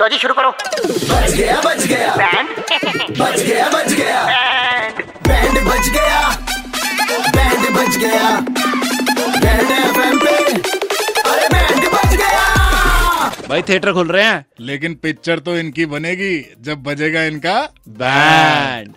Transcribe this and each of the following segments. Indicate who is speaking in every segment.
Speaker 1: लो जी शुरू करो
Speaker 2: बच गया बच गया
Speaker 1: बैंड
Speaker 2: बच गया बच गया
Speaker 1: बैंड
Speaker 2: बैंड बच गया बैंड बच गया बैंड एफएम पे अरे बैंड बच गया
Speaker 3: भाई थिएटर खुल रहे हैं
Speaker 4: लेकिन पिक्चर तो इनकी बनेगी जब बजेगा इनका
Speaker 3: band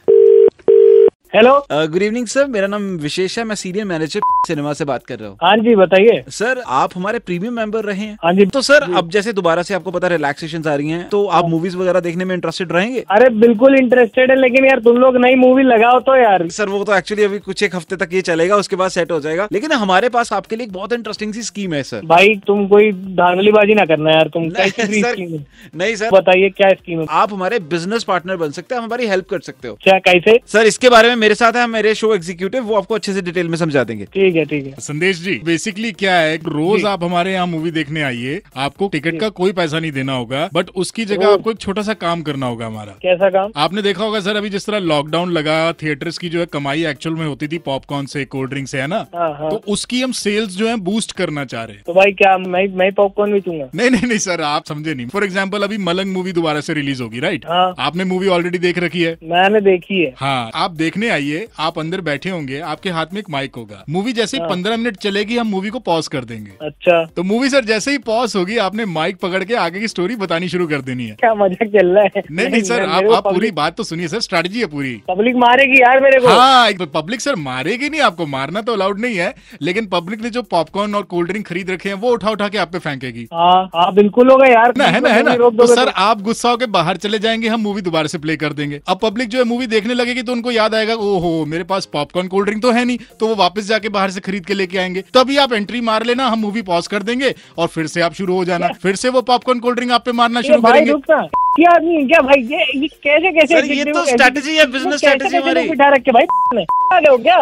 Speaker 5: hello
Speaker 3: good evening sir मेरा नाम विशेष है मैं सीनियर मैनेजर सिनेमा से बात कर रहा हूँ
Speaker 5: हाँ जी बताइए
Speaker 3: सर आप हमारे प्रीमियम मेंबर रहे हैं
Speaker 5: हाँ जी
Speaker 3: तो सर अब जैसे दोबारा से आपको पता रिलैक्सेशन आ रही हैं तो आप मूवीज वगैरह देखने में इंटरेस्टेड रहेंगे
Speaker 5: अरे बिल्कुल इंटरेस्टेड है लेकिन यार तुम लोग नई मूवी लगाओ तो यार
Speaker 3: सर वो तो एक्चुअली अभी कुछ एक हफ्ते तक ये चलेगा उसके बाद सेट हो जाएगा लेकिन हमारे पास आपके लिए एक बहुत इंटरेस्टिंग सी स्कीम है सर
Speaker 5: भाई तुम कोई धांधलीबाजी ना करना यार तुम कैसी फ्री
Speaker 3: सर
Speaker 5: स्कीम है?
Speaker 3: नहीं सर
Speaker 5: बताइए क्या स्कीम है
Speaker 3: आप हमारे बिजनेस पार्टनर बन सकते हैं आप हमारी हेल्प कर सकते हो
Speaker 5: क्या कैसे
Speaker 3: सर इसके बारे में मेरे साथ है मेरे शो एग्जीक्यूटिव वो आपको अच्छे से डिटेल में समझा देंगे
Speaker 5: ठीक है ठीक है
Speaker 4: संदेश जी बेसिकली क्या है रोज आप हमारे यहाँ मूवी देखने आइए आपको टिकट का कोई पैसा नहीं देना होगा बट उसकी जगह आपको एक छोटा सा काम करना होगा हमारा
Speaker 5: कैसा काम
Speaker 4: आपने देखा होगा सर अभी जिस तरह लॉकडाउन लगा थिएटर्स की जो है कमाई एक्चुअल में होती थी पॉपकॉर्न से कोल्ड ड्रिंक से है ना
Speaker 5: हाँ हाँ
Speaker 4: तो उसकी हम सेल्स जो है बूस्ट करना चाह रहे हैं
Speaker 5: तो भाई क्या मैं मैं पॉपकॉर्न बेचूंगा
Speaker 4: नहीं नहीं नहीं सर आप समझे नहीं फॉर एग्जाम्पल अभी मलंग मूवी दोबारा से रिलीज होगी राइट
Speaker 5: हाँ।
Speaker 4: आपने मूवी ऑलरेडी देख रखी है
Speaker 5: मैंने देखी है
Speaker 4: हाँ आप देखने आइए आप अंदर बैठे होंगे आपके हाथ में एक माइक होगा मूवी जैसे ही पंद्रह मिनट चलेगी हम मूवी को पॉज कर देंगे
Speaker 5: अच्छा
Speaker 4: तो मूवी सर जैसे ही पॉज होगी आपने माइक पकड़ के आगे की स्टोरी बतानी शुरू कर देनी है
Speaker 5: क्या मजाक चल रहा है
Speaker 4: नहीं नहीं सर आप आप पूरी बात तो सुनिए सर स्ट्रैटेजी है पूरी
Speaker 5: पब्लिक मारेगी यार मेरे को
Speaker 4: हाँ एक पब्लिक सर मारेगी नहीं आपको मारना तो अलाउड नहीं है लेकिन पब्लिक ने जो पॉपकॉर्न और कोल्ड ड्रिंक खरीद रखे हैं वो उठा उठा के आप पे फेंकेगी
Speaker 5: हाँ हाँ बिल्कुल होगा यार
Speaker 4: ना है ना
Speaker 5: तुम
Speaker 4: है ना
Speaker 5: रोक
Speaker 4: तो
Speaker 5: दोगे
Speaker 4: सर आप गुस्सा होकर बाहर चले जाएंगे हम मूवी दोबारा से प्ले कर देंगे अब पब्लिक जो है मूवी देखने लगेगी तो उनको याद आएगा ओहो मेरे पास पॉपकॉर्न कोल्ड ड्रिंक तो है नहीं तो वो वापस जाके बाहर से खरीद के लेके आएंगे तभी आप एंट्री मार लेना हम मूवी पॉज कर देंगे और फिर से आप शुरू हो जाना फिर से वो पॉपकॉर्न कोल्ड ड्रिंक आप पे मारना
Speaker 5: ये
Speaker 4: शुरू
Speaker 5: भाई
Speaker 4: करेंगे
Speaker 5: रुकना क्या आदमी क्या भाई ये ये कैसे कैसे
Speaker 3: सर, ये तो strategy है, business strategy हमारी।
Speaker 5: बिठा रखे भाई ने आ लो क्या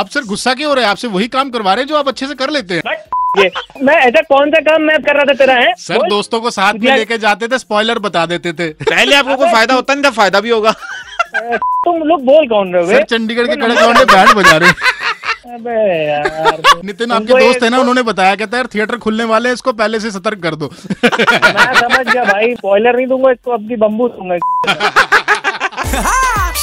Speaker 4: आप सर गुस्सा क्यों हो रहे हैं आपसे वही काम करवा रहे हैं जो आप अच्छे से कर लेते हैं
Speaker 5: भाई ये मैं ऐसा कौन सा काम मैं कर रहा था तेरा है
Speaker 4: सर
Speaker 5: बोल।
Speaker 4: दोस्तों को साथ में
Speaker 5: यार-
Speaker 4: लेके जाते थे स्पॉइलर बता देते थे
Speaker 3: पहले आपको कोई फायदा होता नहीं था फायदा भी होगा
Speaker 5: तुम लोग बोल कौन रहे हो
Speaker 4: सर
Speaker 5: बे?
Speaker 4: चंडीगढ़ के कड़े ग्राउंड में बैंड बजा रहे हैं
Speaker 5: अबे यार
Speaker 4: नितिन
Speaker 5: तुमको
Speaker 4: आपके
Speaker 5: ये- तो-
Speaker 4: दोस्त है ना उन्होंने बताया कहता है यार थिएटर खुलने वाले हैं इसको पहले से सतर्क कर दो
Speaker 5: मैं समझ गया भाई बॉयलर नहीं दूंगा इसको अपनी बम्बू दूंगा